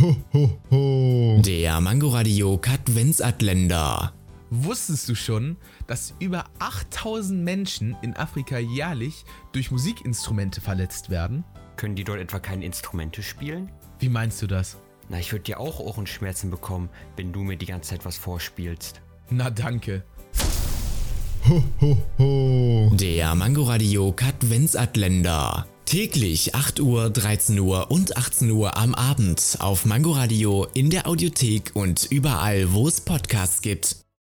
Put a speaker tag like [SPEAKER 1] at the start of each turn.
[SPEAKER 1] Ho, ho, ho.
[SPEAKER 2] Der Mangoradio Katwensatländer.
[SPEAKER 3] Wusstest du schon, dass über 8000 Menschen in Afrika jährlich durch Musikinstrumente verletzt werden?
[SPEAKER 4] Können die dort etwa keine Instrumente spielen?
[SPEAKER 3] Wie meinst du das?
[SPEAKER 4] Na, ich würde dir auch Ohrenschmerzen bekommen, wenn du mir die ganze Zeit was vorspielst.
[SPEAKER 3] Na danke.
[SPEAKER 1] Ho, ho, ho.
[SPEAKER 2] Der Mangoradio Katwensatländer. Täglich 8 Uhr, 13 Uhr und 18 Uhr am Abend auf Mangoradio in der Audiothek und überall, wo es Podcasts gibt.